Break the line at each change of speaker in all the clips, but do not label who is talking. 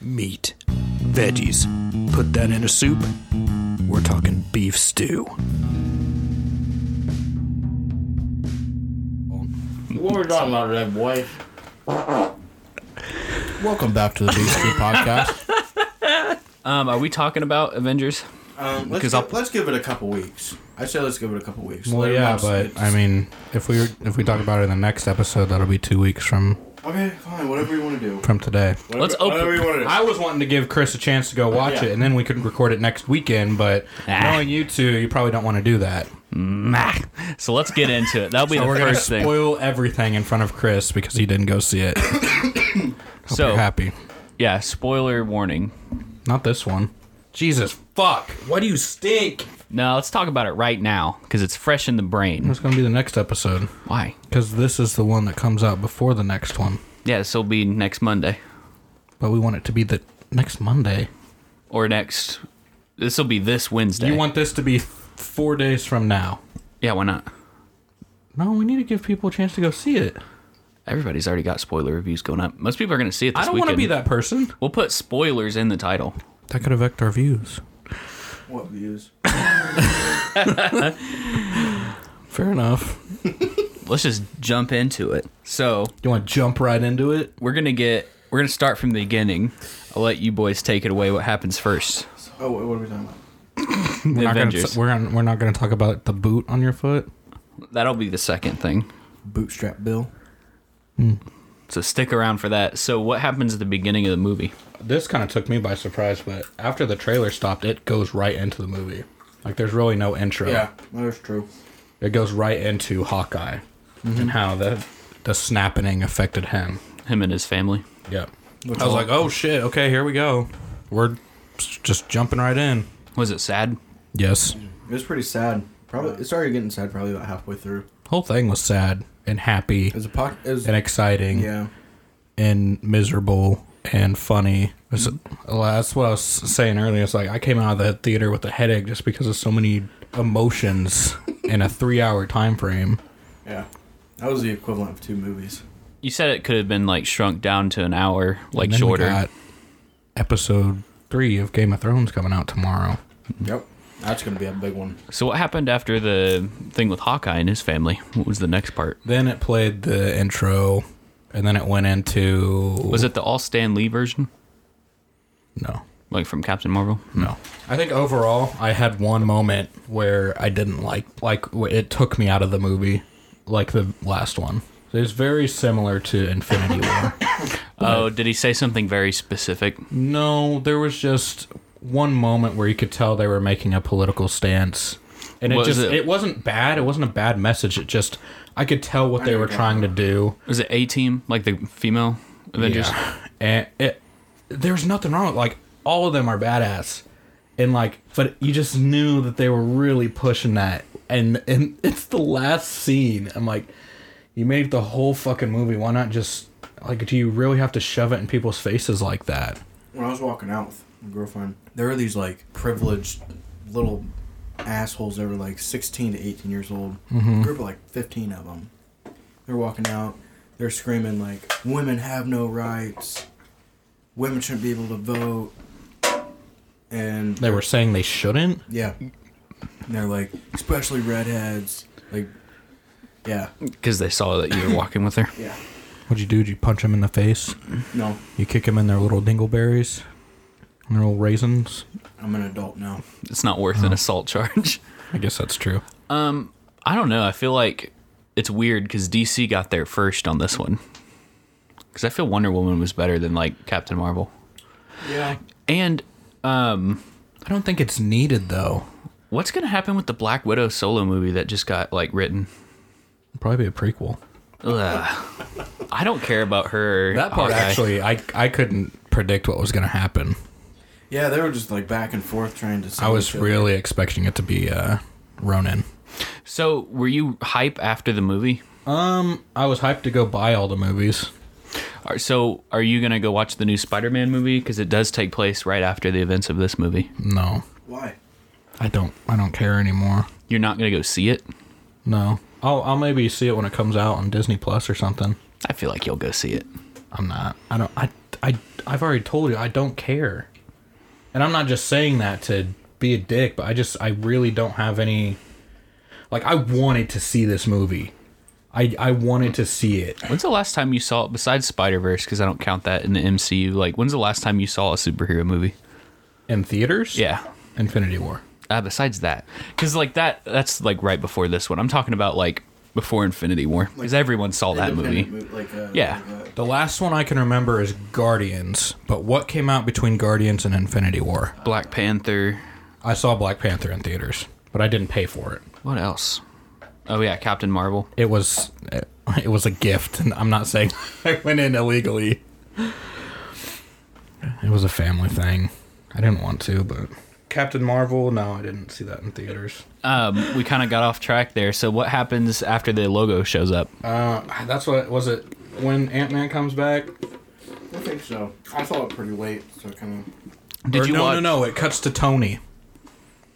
Meat, veggies. Put that in a soup. We're talking beef stew.
What were we talking about today, boy?
Welcome back to the BC podcast.
Um, are we talking about Avengers?
Um, let's,
Because
give,
I'll-
let's give it a couple weeks. I say let's give it a couple weeks.
Well,
Let it
yeah,
rest.
but I mean, if we if we talk about it in the next episode, that'll be two weeks from
okay, fine. Whatever you want to do.
from today.
Whatever,
Let's open-
Whatever you want to do.
I was wanting to give Chris a chance to go watch
Yeah.
it, and then we could record it next weekend. But
Ah.
knowing you two, you probably don't want to do that.
Nah. So let's get into it. That'll be the
We're gonna
first thing.
spoil everything in front of Chris because he didn't go see it. Hope you're
So
happy.
yeah, spoiler warning.
Not this one. Jesus fuck! Why do you stink?
No, let's talk about it right now because it's fresh in the brain.
It's gonna be the next episode
Why?
because this is the one that comes out before the next one.
Yeah, this will be next Monday
But we want it to be the next Monday.
or next. This will be this Wednesday.
You want this to be four days from now?
Yeah, why not?
No, we need to give people a chance to go see it.
Everybody's already got spoiler reviews going up. Most people are going to see it this
I don't
weekend.
want to be that person.
We'll put spoilers in the title.
That could affect our views.
What views?
Fair enough.
Let's just jump into it. So
You want to jump right into it?
we're gonna get. We're gonna start from the beginning. I'll let you boys take it away. What happens first?
Oh, what, what are we talking about?
The
We're not gonna-
Avengers.
we're, on, we're not going to talk about the boot on your foot.
That'll be the second thing.
Bootstrap Bill.
So stick around for that. So what happens at the beginning of the movie?
This kind of took me by surprise, but after the trailer stopped, it goes right into the movie. Like, there's really no intro.
Yeah, that's true.
It goes right into Hawkeye
Mm-hmm.
and how the, the snapping affected him.
Him and his family.
Yep. I was like, oh shit, okay, here we go. We're s- just jumping right in.
Was it sad?
Yes.
It was pretty sad. Probably it started getting sad probably about halfway through.
Whole thing was sad and happy
It was a pocket. It was
and exciting
yeah.
and miserable and funny. It's- well, that's what I was saying earlier. It's like I came out of the theater with a headache just because of so many emotions in a three hour time frame.
Yeah. That was the equivalent of two movies.
You said it could have been like shrunk down to an hour, like
And then we
shorter.
got episode three of Game of Thrones coming out tomorrow.
Yep. That's gonna be a big one.
so what happened after the thing with Hawkeye and his family? What was the next part?
Then it played the intro and then it went into
Was it the all Stan Lee version,
No.
like from Captain Marvel?
No. I think overall, I had one moment where I didn't like, like wh- it took me out of the movie, like the last one. It's very similar to Infinity War.
Oh, did he say something very specific?
no, there was just one moment where you could tell they were making a political stance. And it
Was
just,
it-
it? wasn't bad. It wasn't a bad message. It just, I could tell what they were trying to do.
Was it A Team, like the female Avengers?
Yeah. And it, there's nothing wrong with like all of them are badass, and like, but you just knew that they were really pushing that, and and it's the last scene. I'm like, you made the whole fucking movie. Why not just like? Do you really have to shove it in people's faces like that?
When I was walking out with my girlfriend, there were these like privileged little assholes that were like 16 to 18 years old.
Mm-hmm.
Group of like 15 of them. They're walking out. They're screaming like, "Women have no rights. Women shouldn't be able to vote." And
They were saying they shouldn't.
Yeah. And they're like, especially redheads. Like, yeah.
Because they saw that you were walking with her.
Yeah.
What'd you do? Did you punch them in the face?
No,
You kick them in their little dingleberries, and their little raisins.
I'm an adult now.
It's not worth an
Uh-huh.
assault charge.
I guess that's true.
I don't know. I feel like it's weird because DC got there first on this one. Because I feel Wonder Woman was better than like Captain Marvel.
Yeah.
And um,
I don't think it's needed though.
what's gonna happen with the Black Widow solo movie that just got like written?
Probably be a prequel.
Ugh. I don't care about her.
That part
Hawkeye.
actually, I I couldn't predict what was going to happen.
Yeah, they were just like back and forth trying to.
I
sell
was
each other.
really expecting it to be uh, Ronin.
So were you hype after the movie?
Um, I was hyped to go buy all the movies.
Are- So are you gonna go watch the new Spider-Man movie? Because it does take place right after the events of this movie.
No,
Why?
I don't. I don't care anymore.
You're not gonna go see it.
No, I'll I'll maybe see it when it comes out on Disney Plus or something.
I feel like you'll go see it.
I'm not. I don't. I I I've already told you I don't care, and I'm not just saying that to be a dick, but I just I really don't have any. Like I wanted to see this movie. I I wanted to see it.
When's the last time you saw it besides Spider Verse? Because I don't count that in the MCU. Like, when's the last time you saw a superhero movie?
In theaters?
Yeah.
Infinity War.
Uh, besides that, because like that, that's like right before this one. I'm talking about like before Infinity War, because everyone saw that movie.
Independent mo- Like, uh,
Yeah.
like, uh,
The last one I can remember is Guardians, but what came out between Guardians and Infinity War?
Black Panther.
I saw Black Panther in theaters, but I didn't pay for it.
What else? Oh yeah, Captain Marvel.
It was it was a gift, and I'm not saying I went in illegally. It was a family thing. I didn't want to, but Captain Marvel. No, I didn't see that in theaters.
Um, we kind of got off track there. So what happens after the logo shows up?
Uh, that's what was it when Ant Man comes back?
uh, I think so. I saw it pretty late, so kind of.
Did
Or
you
no,
watch?
no, no. It cuts to Tony.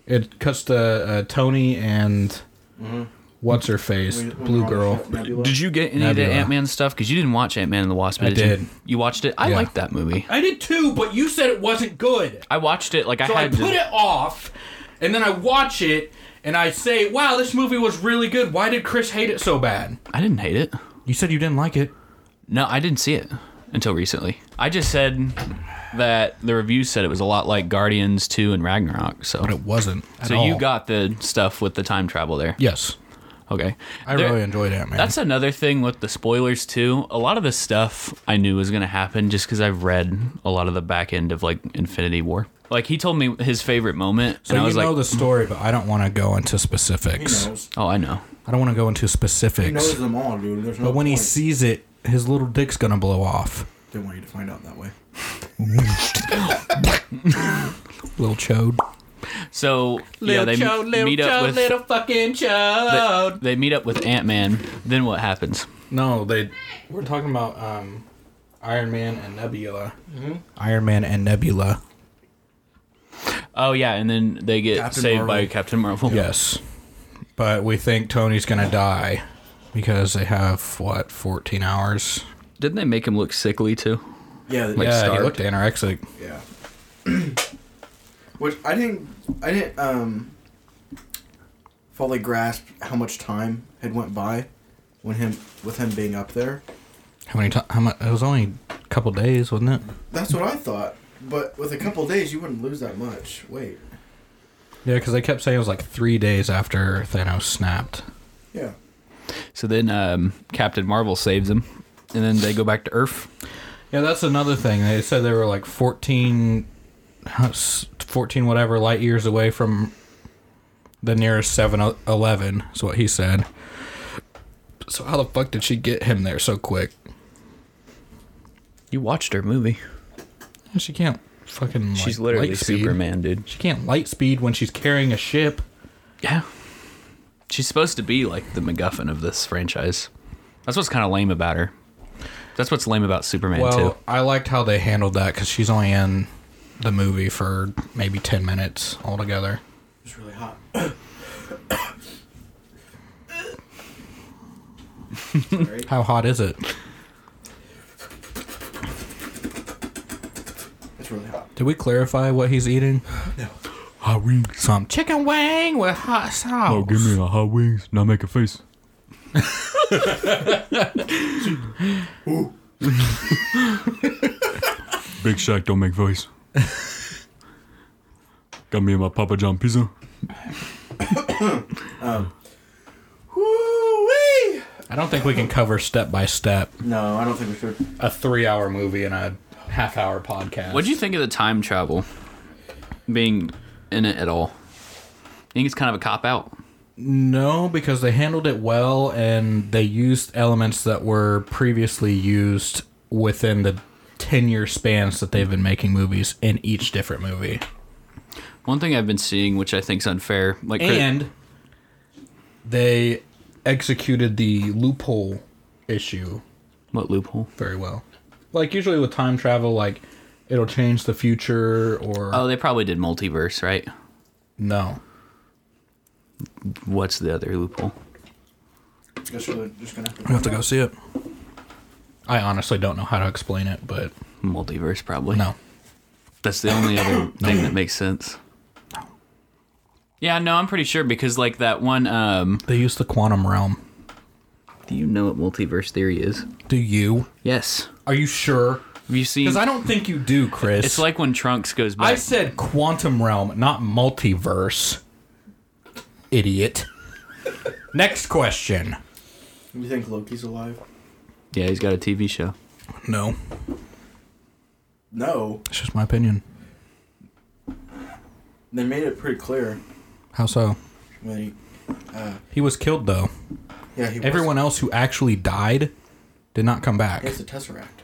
It cuts to uh, Tony and
Mm-hmm.
what's her face, blue girl.
Did you get any of
Nebula.
the Ant Man stuff? Because you didn't watch Ant Man and the Wasp.
I
you?
did.
You watched it. I
Yeah.
liked that movie.
I did too, but you said it wasn't good,
I watched it. Like I
so I
had
put
to.
it off, and then I watch it and I say, "Wow, this movie was really good. Why did Chris hate it so bad?"
I didn't hate it.
You said you didn't like it.
No, I didn't see it until recently. I just said that the reviews said it was a lot like Guardians 2 and Ragnarok. So,
It wasn't. At
so
all.
you got the stuff with the time travel there.
yes.
Okay.
I
There-
really enjoyed Ant Man.
that's another thing with the spoilers too. A lot of the stuff I knew was going to happen just cuz I've read a lot of the back end of like Infinity War. Like he told me his favorite moment
so
and I
you
was
know
like,
the story, but I don't want to go into
He
specifics.
knows.
"Oh, I know."
I don't want to go into
He knows
specifics.
them all, dude. There's no
But when he
point.
sees it, his little dick's gonna blow off.
Didn't want you to find out that way.
Little chode.
So, yeah, they meet up with they,
fucking chode.
they meet up with Ant-Man. Then what happens?
No, they. We're talking about um, Iron Man and Nebula. Mm-hmm. Iron Man and Nebula.
Oh yeah, and then they get
Captain
saved by
Marvel.
Captain Marvel.
Yes, but we think Tony's gonna die because they have what 14 hours.
Didn't they make him look sickly too?
Yeah. th-
Like-
yeah,
starved.
he looked anorexic.
yeah. Which I didn't. I didn't um. Fully grasp how much time had went by, when him with him being up there.
How many? T- how much? It was only a couple days, wasn't it?
That's what I thought. But with a couple days, you wouldn't lose that much. Wait.
Yeah, because they kept saying it was like three days after Thanos snapped.
Yeah.
So then um, Captain Marvel saves him, and then they go back to Earth.
Yeah, that's another thing. They said they were like 14, huh, s- 14 whatever light years away from the nearest 7 Eleven, is what he said. So, how the fuck did she get him there so quick?
You watched her movie.
She can't fucking. Like,
She's literally
light speed.
Superman, dude.
She can't light speed when she's carrying a ship.
Yeah. She's supposed to be like the MacGuffin of this franchise. That's what's kind of lame about her. That's what's lame about Superman
Well,
too.
I liked how they handled that because she's only in the movie for maybe 10 minutes altogether.
It's really hot. Sorry.
How hot is it?
It's really hot.
Did we clarify what he's eating?
No.
Hot wings. Some chicken wing with hot sauce.
Oh, give me the hot wings. Now make a face. Big Shaq don't make voice. Got me and my Papa John pizza.
Woo-wee!
I don't think we can cover step by step
No, I don't think we should.
a three-hour movie and a half-hour podcast.
What do you think of the time travel being in it at all? I think it's kind of a cop out.
No, because they handled it well and they used elements that were previously used within the ten-year spans that they've been making movies in each different movie.
One thing I've been seeing, which I think's unfair, like Chris-
And they executed the loophole issue
what loophole?
very well. Like usually with time travel, like it'll change the future or
Oh, they probably did multiverse, right?
no.
What's the other loophole?
Guess we're just gonna have to,
We have to go see it.
I honestly don't know how to explain it, but
Multiverse, probably.
no.
That's the only other thing that makes sense. Yeah, no, I'm pretty sure because like that one. Um,
They use the quantum realm.
do you know what multiverse theory is?
Do you?
Yes.
Are you sure?
Have you seen?
Because I don't think you do, Chris.
it's like when Trunks goes
I
back.
said quantum realm, not multiverse. Idiot. Next question.
You think Loki's alive?
yeah, he's got a TV show.
No,
No.
it's just my opinion.
They made it pretty clear.
How so?
when he-
He was killed though.
yeah, he was-
Everyone else who actually died did not come back.
It's the Tesseract.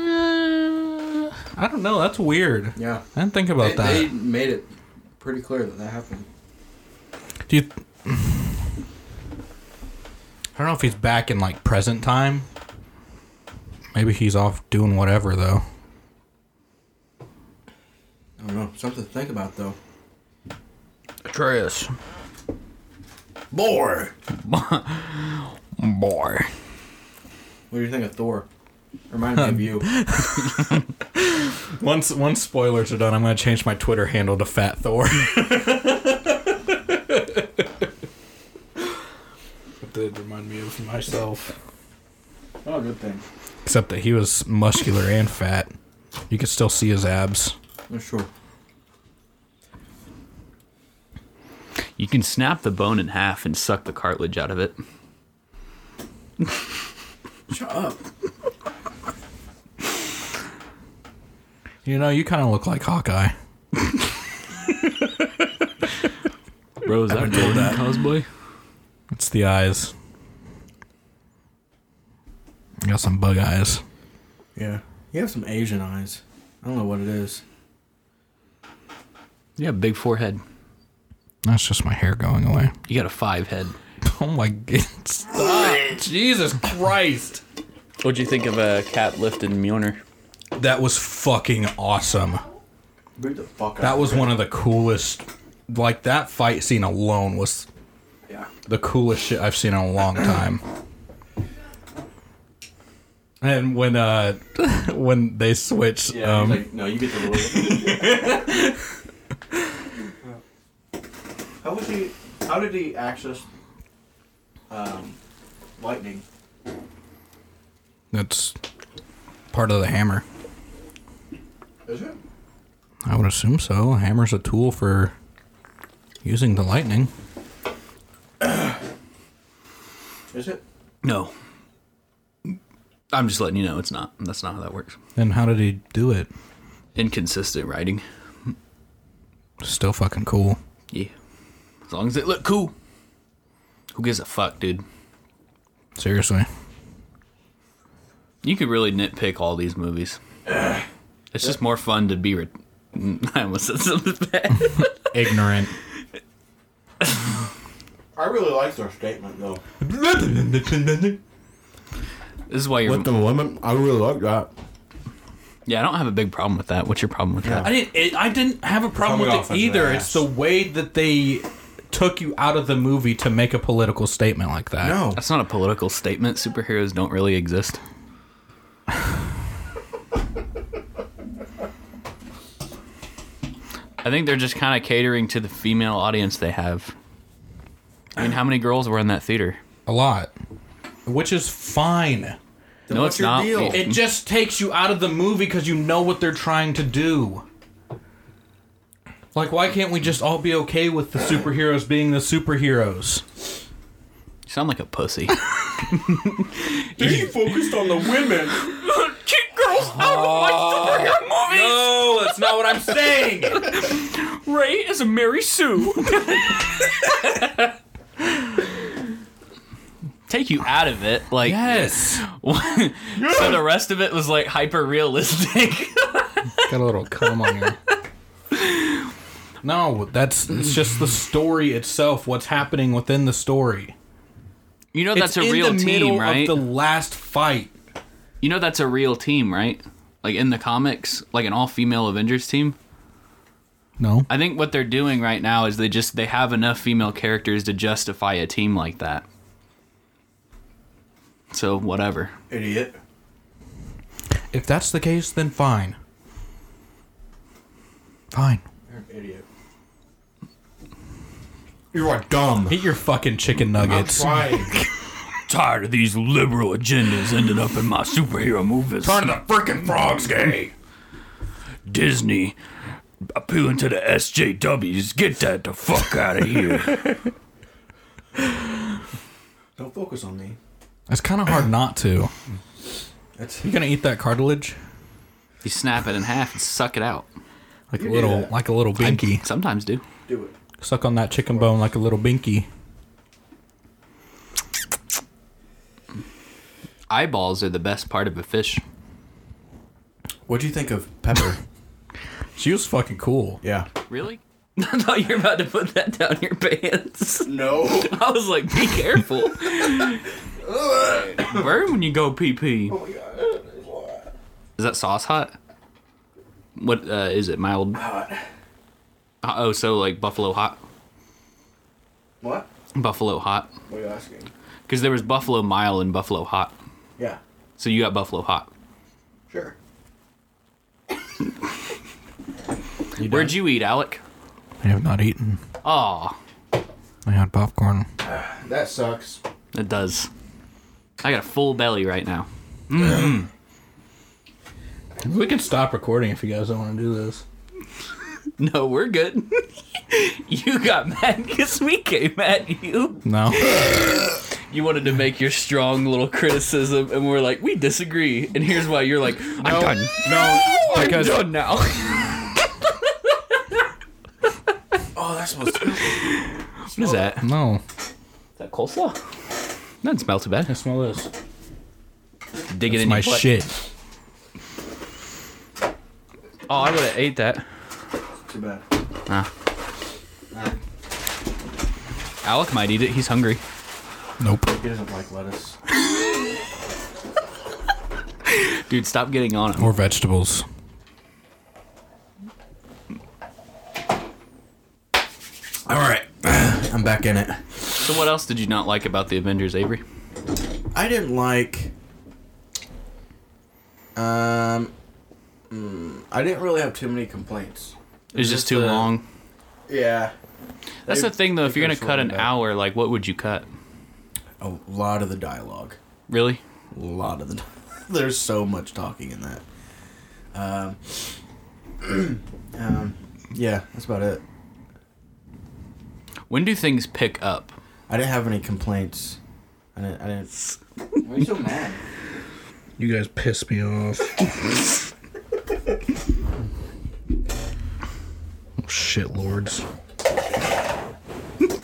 Uh, I don't know. That's weird.
Yeah.
I didn't think
They,
about that.
they made it pretty clear that that happened.
Do you? I don't know if he's back in like present time. Maybe he's off doing whatever though.
I don't know. Something to think about though.
Atreus.
Boy.
Boy.
What do you think of Thor? Reminded me of you.
Once once spoilers are done, I'm gonna change my Twitter handle to Fat Thor. it did remind me of myself.
Oh, good thing.
Except that he was muscular and fat. You could still see his abs.
Yeah, sure.
You can snap the bone in half and suck the cartilage out of it.
Shut up.
You know, you kind of look like Hawkeye.
Bro, is that a Jordan cosplay?
It's the eyes. You got some bug eyes.
Yeah. You have some Asian eyes. I don't know what it is.
Yeah, big forehead.
That's just my hair going away.
You got a five head.
Oh my god. Stop. Jesus Christ.
What'd you think of a cat lifted Mjolnir?
That was fucking awesome.
Beat the fuck
That was one of the coolest. Like, that fight scene alone was
Yeah.
the coolest shit I've seen in a long time. And when uh when they switch
Yeah.
um
like, no, you get the little. how was he? How did he access um, lightning?
that's part of the hammer.
Is it?
I would assume so. A hammer's a tool for using the lightning.
Is it?
No. I'm just letting you know it's not. That's not how that works.
Then how did he do it?
Inconsistent writing.
Still fucking cool.
Yeah. As long as it look cool. Who gives a fuck, dude?
Seriously.
You could really nitpick all these movies. It's just more fun to be. Re- I almost said something bad.
Ignorant.
I really liked their statement though.
this is why you're.
women, I really like that.
yeah, I don't have a big problem with that. What's your problem with
I
that?
didn't it, I didn't have a problem
Coming
with
off
it
as
either.
an
It's
ass.
the way that they took you out of the movie to make a political statement like that.
No,
That's not a political statement. Superheroes don't really exist. I think they're just kind of catering to the female audience they have. I mean, how many girls were in that theater?
A lot. Which is fine.
no,
what's
it's
your
not.
deal?
It just takes you out of the movie because you know what they're trying to do. Like, why can't we just all be okay with the superheroes being the superheroes?
You sound like a pussy.
he focused on the women.
Keep girls out of my superhero movies.
No, that's not what I'm saying.
Ray is a Mary Sue. Take you out of it, like
Yes.
so. The rest of it was like hyper realistic.
Got a little cum on you. No, that's it's just the story itself. What's happening within the story?
You know that's
it's
a
in
real
the
team,
middle
right?
Of the last fight.
You know that's a real team, right? Like in the comics, like an all female Avengers team.
No.
I think what they're doing right now is they just they have enough female characters to justify a team like that. So whatever.
Idiot.
If that's the case, then fine. Fine.
You're an idiot. You are dumb.
Eat your fucking chicken
I'm
nuggets.
trying.
Tired of these liberal agendas ending up in my superhero movies.
the freaking frogs gay.
Disney appealing to the SJWs. Get that the fuck out of here.
Don't focus on me.
It's kind of hard not to.
That's
You gonna eat that cartilage
you snap it in half and suck it out.
like a
do
little,
that.
like a little binky.
Sometimes do.
do it.
Suck on that chicken bone like a little binky.
Eyeballs are the best part of a fish.
What'd you think of Pepper?
She was fucking cool.
yeah.
Really? I thought you were about to put that down your pants.
No.
I was like, be careful. Burn when you go pee pee. Is that sauce hot? What uh, is it? Mild. Hot. oh, so like buffalo hot.
What?
Buffalo hot.
What are you asking?
Because there was buffalo mile and buffalo hot.
Yeah.
So you got buffalo hot.
Sure.
Where'd you eat, Alec?
I have not eaten.
Aw,
I had popcorn.
That sucks.
it does. I got a full belly right now.
We can stop recording if you guys don't want to do this.
No, we're good. you got mad because we came at you.
No.
you wanted to make your strong little criticism, and we're like, we disagree. And here's why you're like, I'm done.
No.
I'm done now.
Oh, that smells.
what is that? Is
no.
that coleslaw? Doesn't smell too bad.
I smell this.
Dig it in
My
your butt.
shit.
Oh, I would have ate that.
Too bad.
Ah. Alec might eat it. He's hungry.
Nope.
He doesn't like lettuce.
Dude, stop getting on him.
More vegetables.
All right. I'm back in it.
So, what else did you not like about the Avengers, Avery?
I didn't like. Um, mm, I didn't really have too many complaints.
It's just too
the-
long.
Yeah,
That's the thing, though. If
they
you're
could
gonna cut
shorten
an
that.
hour, like, what would you cut?
a lot of the dialogue,
Really?
a lot of the. There's so much talking in that. Um, um, yeah, that's about it.
When do things pick up?
I didn't have any complaints. I didn't. I didn't. Why are you so mad?
You guys piss me off. Oh, Shit lords.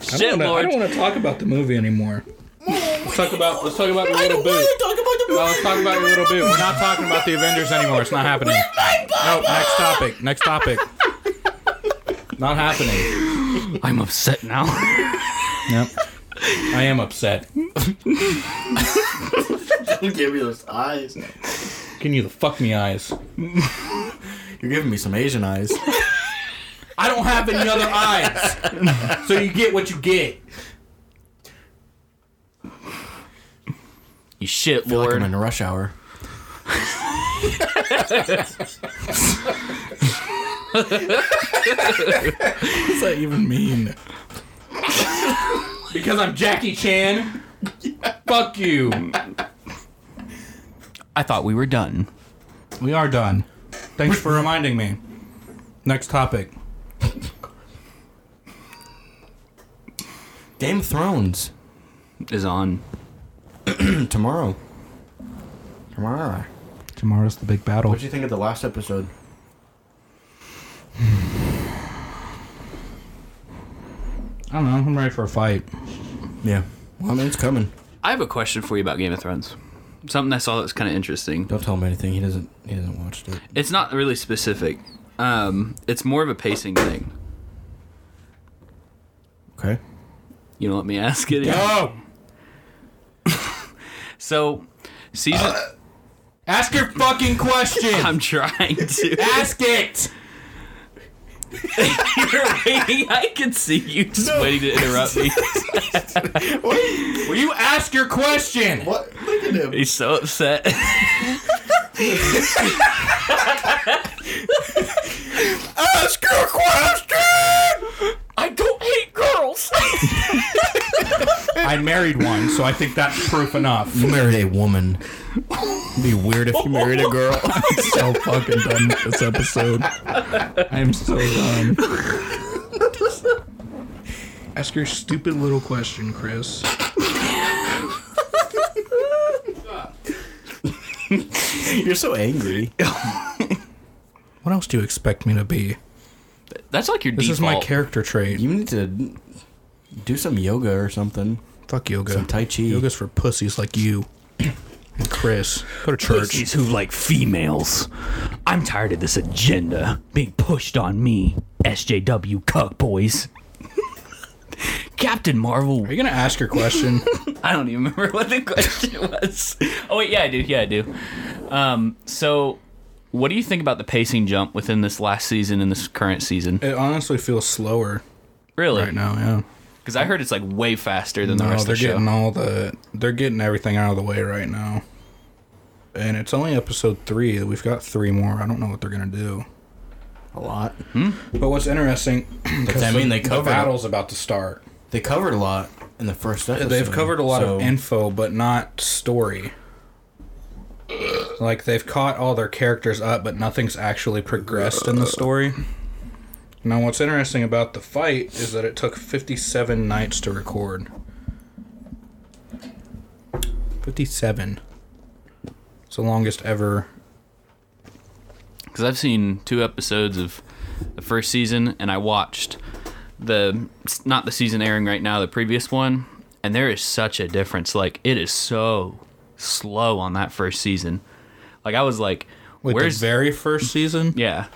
Shit, Lord.
want to talk about the movie anymore. Let's talk about let's talk about your little boo.
Talk about the
Well, let's talk about your little boo. We're not talking about the Avengers anymore. It's not happening. No, next topic. Next topic. Not happening.
I'm upset now.
Yep. I am upset.
Give me those eyes.
Can you the fuck me eyes?
You're giving me some Asian eyes.
I don't have any other eyes. So you get what you get.
you shit,
Feel like
Lord.
I'm in rush hour.
What does that even mean? because I'm Jackie Chan. Fuck you.
I thought we were done.
We are done. Thanks for reminding me. Next topic.
Game of Thrones.
Is on.
Tomorrow. Tomorrow.
Tomorrow's the big battle.
What'd you think of the last episode?
I don't know. I'm ready for a fight.
Yeah. Well, I mean, it's coming.
I have a question for you about Game of Thrones. Something I saw that's kind of interesting.
Don't tell him anything. He doesn't. He hasn't watched it.
It's not really specific. Um, it's more of a pacing thing.
Okay.
You don't let me ask it.
Oh,
So, season.
ask your fucking question.
I'm trying to.
ask it.
You're waiting. I can see you just waiting to interrupt me.
Will you ask your question?
What? Look at him.
He's so upset.
Ask your
Oh,
question.
I don't hate girls.
I married one, so I think that's proof enough.
You married a woman.
It'd be weird if you married a girl. I'm so fucking done with this episode. I'm so done. Ask your stupid little question, Chris.
You're so angry.
What else do you expect me to be?
That's like your
This is my
default.
character trait.
You need to do some yoga or something.
Fuck yoga.
Some Tai Chi.
Yoga's for pussies like you and Chris. Go to church.
Pussies who like females. I'm tired of this agenda being pushed on me, SJW cuck boys.
Captain Marvel.
Are you gonna ask your question?
I don't even remember what the question was. Oh wait, yeah, I do. Yeah, I do. Um, so, what do you think about the pacing jump within this last season and this current season?
it honestly feels slower
Really?
right now. Yeah.
Because I heard it's like way faster than the
No,
rest of
they're
the show.
getting all the they're getting everything out of the way right now. And it's only episode three. We've got three more. I don't know what they're gonna do.
A lot.
But what's interesting? Does
that mean they
the
covered it?
battle's about to start?
They covered a lot in the first episode.
They've covered a lot
so-
of info, but not story. Like they've caught all their characters up, but nothing's actually progressed in the story. Now, what's interesting about the fight is that it took 57 nights to record. 57. It's the longest ever.
Because I've seen two episodes of the first season, and I watched the not the season airing right now, the previous one, and there is such a difference. Like it is so slow on that first season. Like I was like,
Wait,
"Where's
the very first season?
Yeah.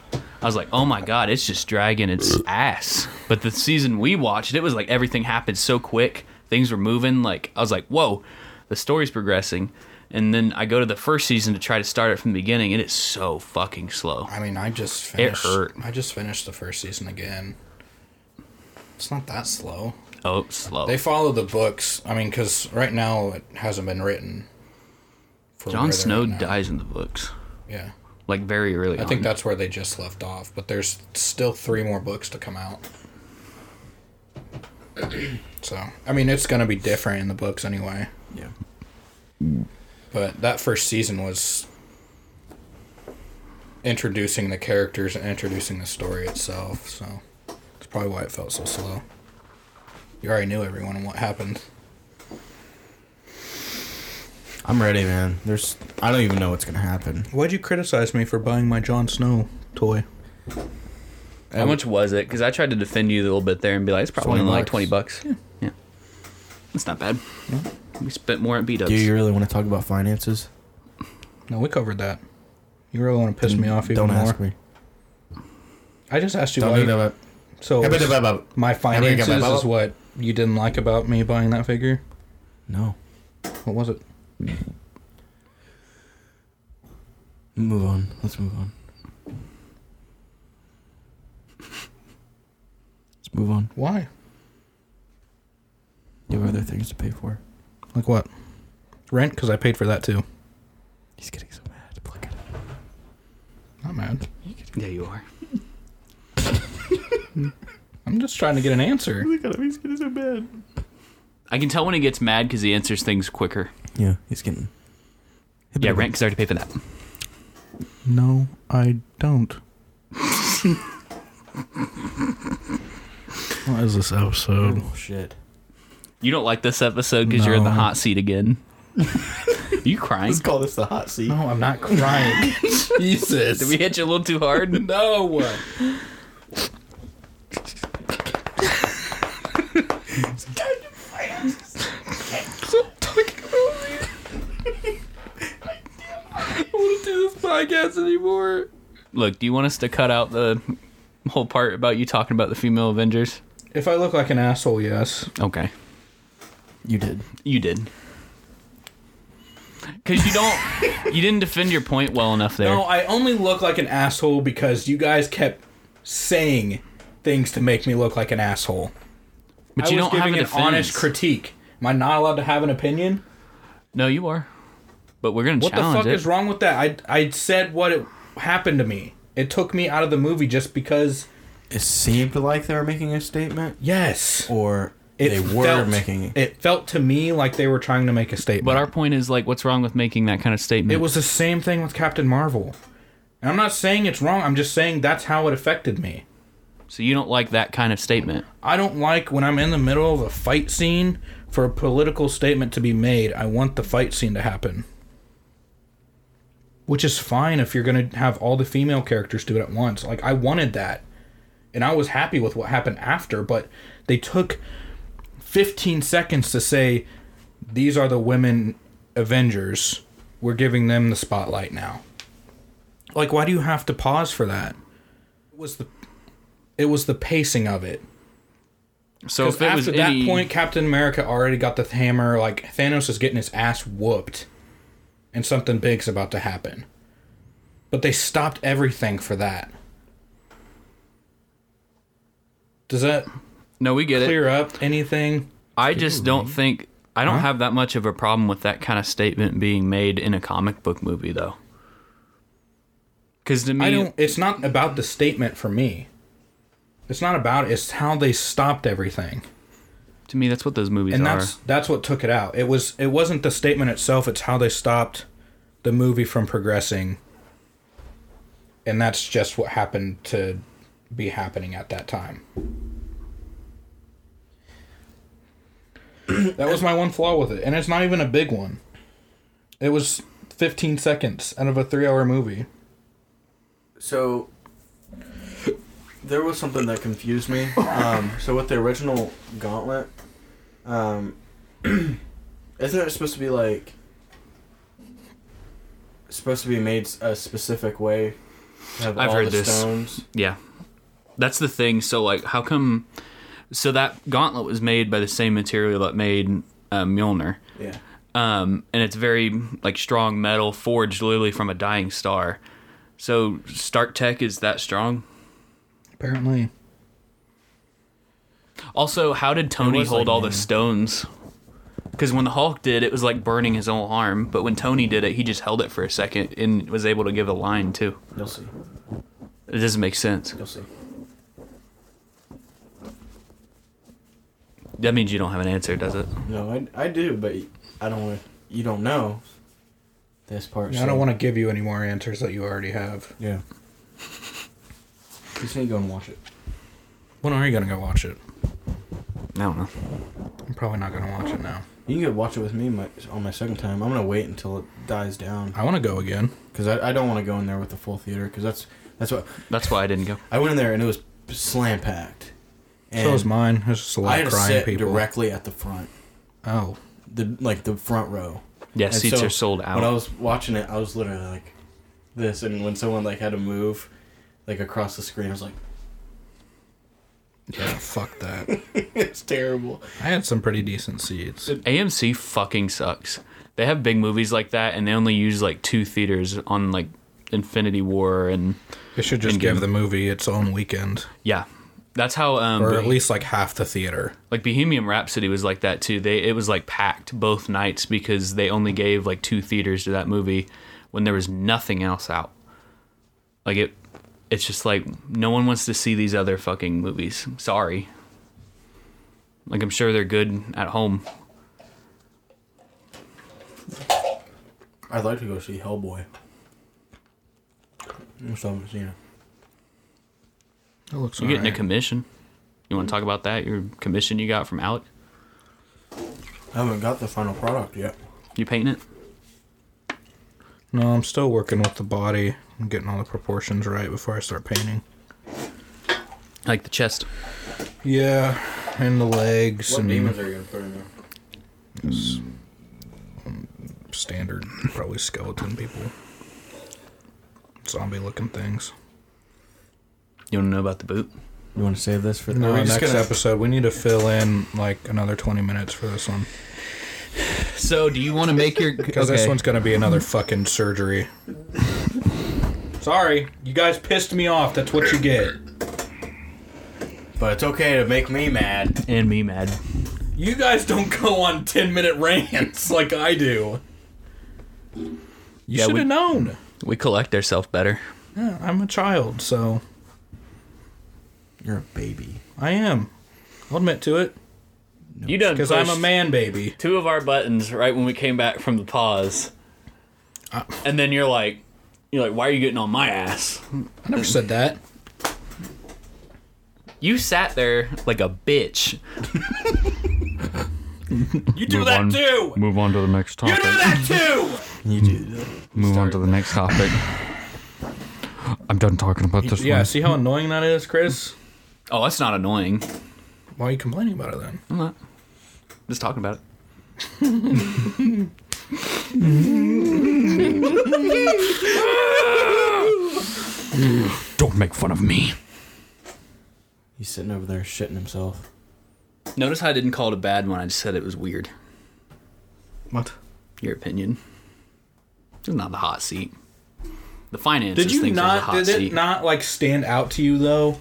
I was like, oh my god, it's just dragging its ass. But the season we watched, it was like everything happened so quick. Things were moving. Like I was like, whoa, the story's progressing. And then I go to the first season to try to start it from the beginning, and it's so fucking slow.
I mean, I just finished.
hurt.
I just finished the first season again. It's not that slow.
Oh, it's slow.
They follow the books. I mean, because right now it hasn't been written. For
Jon
where they're
Snow
at now.
dies in the books,
Yeah,
like very early.
I
on.
think that's where they just left off. But there's still three more books to come out. So I mean, it's gonna be different in the books anyway.
Yeah.
But that first season was introducing the characters and introducing the story itself. So that's probably why it felt so slow. You already knew everyone and what happened.
I'm ready, man. There's. I don't even know what's gonna happen.
Why'd you criticize me for buying my Jon Snow toy?
How much was it? Because I tried to defend you a little bit there and be like, it's
20
probably only like
bucks.
twenty bucks. Yeah. yeah, that's not bad. We spent more at B Dubs.
Do you really want to talk about finances?
No, we covered that. You really want to piss Mm, me off even
Don't
more?
ask me.
I just asked you
Don't
why.
do that.
so
Hey, but- but- but-
my finances
but-
is what you didn't like about me buying that figure.
No.
What was it?
Move on. Let's move on. Let's move on.
Why?
You have other things to pay for.
Like what? Rent, because I paid for that too.
He's getting so mad. Look at him.
Not mad.
Yeah, you are.
I'm just trying to get an answer.
I can tell when he gets mad because he answers things quicker.
Yeah, he's getting.
Yeah, rent because I already paid for that.
No, I don't. what is this episode?
Oh shit.
You don't like this episode because you're in the
No.
hot seat again. you crying?
Let's call this the hot seat.
No, I'm not crying.
Did we hit you a little too hard?
no.
Look, do you want us to cut out the whole part about you talking about the female Avengers?
If I look like an asshole, yes.
Okay,
You did.
you did. Because you don't, you didn't defend your point well enough there.
No, I only look like an asshole because you guys kept saying things to make me look like an asshole.
But
I
you
was
don't have
giving
an
an honest
defense.
critique. Am I not allowed to have an opinion?
No, you are. But we're gonna
What the
challenge
fuck
it.
is wrong with that? I I said what it happened to me. It took me out of the movie just because.
It seemed like they were making a statement,
Yes,
or
it
they were
felt-
making it.
It felt to me like they were trying to make a statement.
But our point is like, what's wrong with making that kind of statement?
It was the same thing with Captain Marvel. And I'm not saying it's wrong, I'm just saying that's how it affected me.
so you don't like that kind of statement.
I don't like when I'm in the middle of a fight scene for a political statement to be made. I want the fight scene to happen. Which is fine if you're going to have all the female characters do it at once. Like, I wanted that. And I was happy with what happened after, but they took 15 seconds to say, These are the women Avengers. We're giving them the spotlight now. Like, why do you have to pause for that? It was the, it was the pacing of it.
So
Because
if it
after
was
that
any-
point, Captain America already got the hammer. Like Thanos is getting his ass whooped, and something big's about to happen. But they stopped everything for that. Does that
no, we get it.
clear up anything?
I just don't think I don't have that much of a problem with that kind of statement being made in a comic book movie, though. Because to me,
I don't. It's not about the statement for me. It's not about. It. It's how they stopped everything.
to me, that's what those movies
and
are.
that's that's what took it out. It was it wasn't the statement itself; it's how they stopped the movie from progressing, and that's just what happened to be happening at that time. that was my one flaw with it, and it's not even a big one. It was 15 seconds out of a three-hour movie.
So there was something that confused me. Um, so with the original Gauntlet, um, isn't it supposed to be like supposed to be made a specific way? to Have
I've
all
heard
the
this.
Stones.
Yeah. That's the thing. So like how come so that gauntlet was made by the same material that made uh, Mjolnir.
Yeah.
Um, and it's very like strong metal forged literally from a dying star. So Stark Tech is that strong?
Apparently,
Also, how did Tony
was
hold
like-
all the stones? Because when the Hulk did, it was like burning his whole arm. But when Tony did it, he just held it for a second and was able to give a line too.
You'll see.
It doesn't make sense.
You'll see.
That means you don't have an answer, does it?
No, I, I do, but I don't want to. You don't know this part.
I don't want to give you any more answers that you already have.
to. Yeah. You just need to go and watch it.
When are you gonna go watch it?
I don't know.
I'm probably not gonna watch it now.
You can go watch it with me my, on my second time. I'm gonna wait until it dies down
I want to go again.
because I, I don't want to go in there with the full theater because that's that's what
That's why I didn't go.
I went in there and it was slam packed. And
so is mine. There's just a
I
lot
had
of
to
crying
sit
people.
directly at the front,
Oh,
the like the front row.
Yeah,
And
seats
so,
are sold out.
When I was watching it, I was literally like this, and when someone like had to move like across the screen, I was like,
yeah, fuck that.
it's terrible.
I had some pretty decent seats.
AMC fucking sucks. They have big movies like that, and they only use like two theaters on like Infinity War, and
They should just give the movie its own weekend,
yeah, that's how. Um,
or
Bohe-
at least like half the theater.
like Bohemian Rhapsody was like that too. They it was like packed both nights because they only gave like two theaters to that movie when there was nothing else out. Like it, it's just like no one wants to see these other fucking movies. Sorry. Like I'm sure they're good at home.
I'd like to go see Hellboy. I still haven't seen it.
It looks.
You're getting a
alright.
commission. You want to talk about that? Your commission you got from Alec?
I haven't got the final product yet.
You painting it?
no, I'm still working with the body. I'm getting all the proportions right before I start painting.
Like the chest.
Yeah, and the legs and
are you gonna put in there?
standard, probably skeleton people, zombie looking things.
You want to know about the boot?
You want to save this for
No,
Are we
Uh, next
just gonna-
episode we need to fill in like another 20 minutes for this one.
So, do you want to make your?
Because this one's gonna be another fucking surgery. Sorry, you guys pissed me off. That's what you get.
but it's okay to make me mad.
and me mad.
You guys don't go on 10 minute rants like I do. You
Yeah,
should
we-
have known.
We collect ourselves better.
Yeah, I'm a child, so
You're a baby.
I am. I'll admit to it
You done
because I'm a man baby.
two of our buttons right when we came back from the pause,
Uh.
and then you're like, you're like, why are you getting on my ass?
I never said that.
You sat there like a bitch.
You do
Move
that
on.
too.
Move on to the next
You
topic.
do that too.
Move on to the next topic. I'm done talking about this
yeah,
one.
see how annoying that is, Chris?
Oh, that's not annoying.
Why are you complaining about it then?
I'm not. Just talking about it.
Don't make fun of me.
He's sitting over there shitting himself.
Notice how I didn't call it a bad one. I just said it was weird.
What?
Your opinion. It's not the hot seat. The finances.
Did you
thinks it's the
not?
hot
Did
seat.
it not like stand out to you though?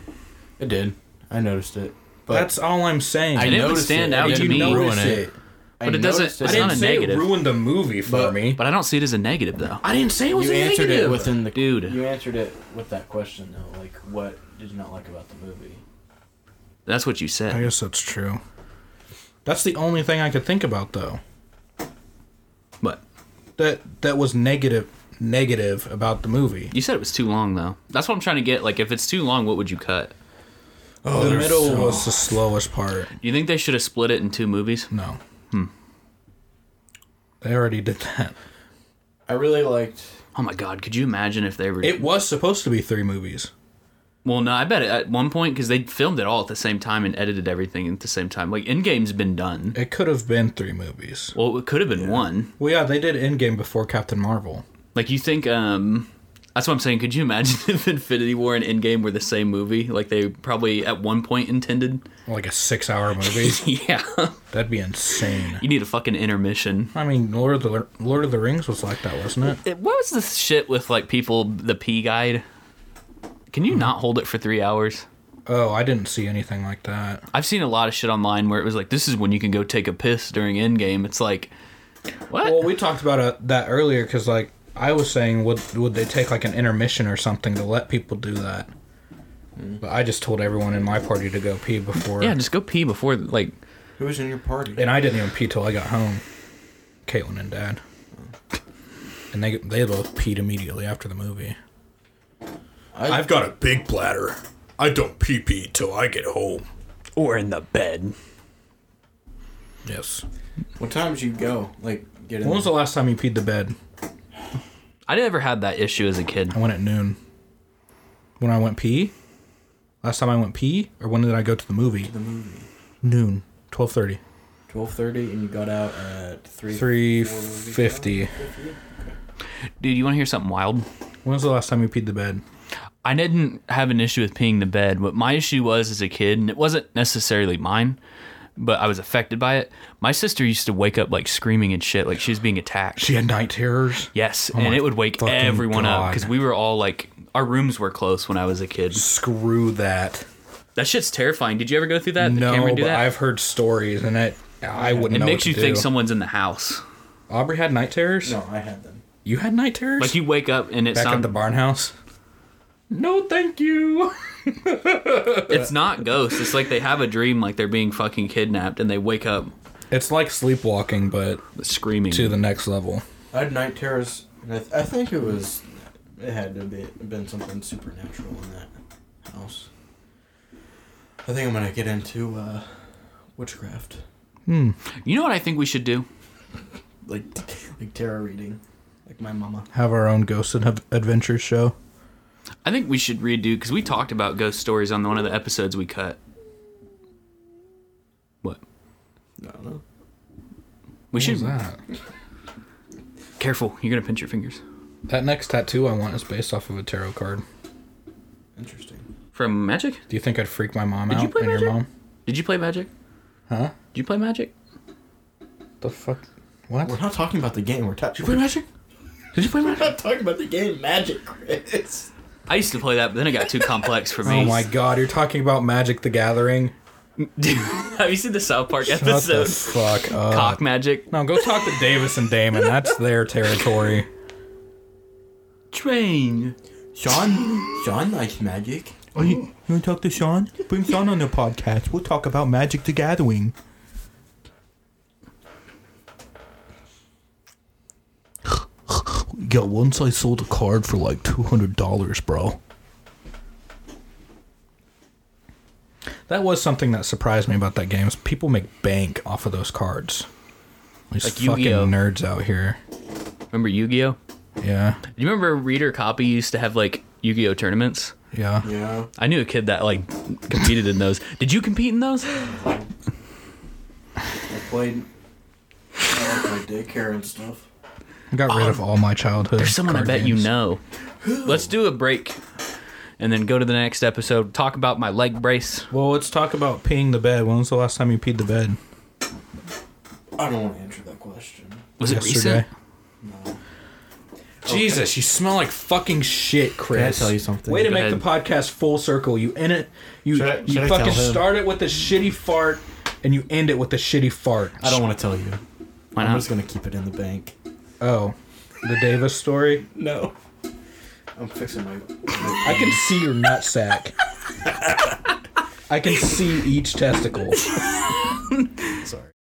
It did. I noticed it. But
That's all I'm saying.
I didn't
noticed
stand
it. I
out to
didn't
me.
notice
Ruin it.
But it doesn't-
noticed
I
I
It's
didn't
not a
say
negative.
it ruined the movie for
But-
me.
But I don't see it as a negative though.
I didn't say it was
you
a
answered
negative.
it within the
Dude.
You answered it with that question though, like what did you not like about the movie?
That's what you said.
I guess that's true. That's the only thing I could think about though.
But
That that was negative negative about the movie.
you said it was too long though. That's what I'm trying to get. Like, if it's too long, what would you cut?
Oh, the middle was the slowest part.
You think they should have split it in two movies?
No. Hmm. They already did that.
I really liked
Oh my God! Could you imagine if they were?
It was supposed to be three movies.
well, no, I bet it, at one point because they filmed it all at the same time and edited everything at the same time. Like Endgame's been done.
It could have been three movies.
Well, it could have been one.
Well, yeah, they did Endgame before Captain Marvel.
Like you think? um That's what I'm saying. Could you imagine if Infinity War and Endgame were the same movie? Like they probably at one point intended.
Like a six hour movie.
yeah.
That'd be insane.
you need a fucking intermission.
I mean, Lord of the Lord of the Rings was like that, wasn't it?
It- What was this shit with like people? The P guide. Can you not hold it for three hours?
Oh, I didn't see anything like that.
I've seen a lot of shit online where it was like, this is when you can go take a piss during Endgame. It's like, what?
Well, we talked about uh, that earlier because, like, I was saying, would would they take like an intermission or something to let people do that? But I just told everyone in my party to go pee before.
yeah, just go pee before, like,
Who was in your party?
and I didn't even pee till I got home. Caitlin and Dad, and they they both peed immediately after the movie.
I-
I've got a big bladder. I don't pee pee till I get home.
Or in the bed.
Yes.
What time did you go? Like get in
When was the last time you peed the bed?
I never had that issue as a kid.
I went at noon. When I went pee? Last time I went pee, or when did I go to the movie? The movie. Noon. Twelve thirty.
twelve thirty and you got out at three
Three fifty.
Dude, you want to hear something wild?
When was the last time you peed the bed?
I didn't have an issue with peeing the bed. What my issue was as a kid, and it wasn't necessarily mine, but I was affected by it. My sister used to wake up, like, screaming and shit, like she was being attacked.
She had night terrors.
yes, and it would wake
fucking
everyone up
God.
because we were all, like, our rooms were close when I was a kid.
Screw that.
That shit's terrifying. Did you ever go through that? Did
no,
Cameron do
but
that?
I've heard stories, and it I wouldn't
it
know.
makes
what
you
to
think
do.
someone's in the house.
Aubrey had night terrors.
No, I had them.
You had night terrors.
Like you wake up and it
back at
sounds
the barn house. No, thank you.
it's not ghosts. It's like they have a dream like they're being fucking kidnapped and they wake up
It's like sleepwalking, but
screaming.
to the next level.
I had night terrors and I, th- I think it was it had to be been something supernatural in that house. I think I'm gonna get into uh witchcraft.
you know what I think we should do?
Like like tarot reading. Like my mama.
Have our own ghost ad- adventure show.
I think we should redo cuz we talked about ghost stories on one of the episodes we cut. What?
I don't know.
We should
that?
careful. You're going to pinch your fingers.
That next tattoo I want is based off of a tarot card.
Interesting.
From Magic?
Do you think I'd freak my mom
Did
out
you play
and your
Magic?
mom?
Did you play Magic?
Huh?
Did you play Magic?
The fuck? What?
We're not talking about the game, we're touching
Magic? Did you play Magic?
not talking about the game Magic Chris.
I used to play that, but then it got too complex for me.
Oh my god, you're talking about Magic the Gathering?
Dude, have you seen the South Park
What the
episode?
fuck up.
Cock magic.
No, go talk to Davis and Damon. That's their territory.
Train.
Sean, Sean likes magic.
you want to talk to Sean? Bring Sean on the podcast. We'll talk about Magic the Gathering. Yo, once I sold a card for like $200, bro. That was something that surprised me about that game. Is people make bank off of those cards. These
Like
fucking
Yu-Gi-Oh.
nerds out here.
Remember Yu-Gi-Oh?
Yeah,
Do you remember Reader Copy used to have like Yu-Gi-Oh tournaments?
yeah.
Yeah.
I knew a kid that like competed in those. Did you compete in those?
I played I like my daycare and stuff.
I got rid of all my childhood.
Um, There's someone I
card
bet you
games.
know. Let's do a break and then go to the next episode. Talk about my leg brace.
Well, let's talk about peeing the bed. When was the last time you peed the bed?
I don't want to answer that question.
Was it recent?
Jesus, you smell like fucking shit, Chris.
Can I tell you something?
Way to
Go
make
ahead.
the podcast full circle. You end it. You
Should I-
you
should I
fucking
tell him?
start it with a shitty fart, and you end it with a shitty fart.
I don't want to tell you.
Why
I'm
not?
just gonna keep it in the bank.
Oh, the Davis story.
No. I'm fixing my.
I can see your nut sack. I can see each testicle.
Sorry.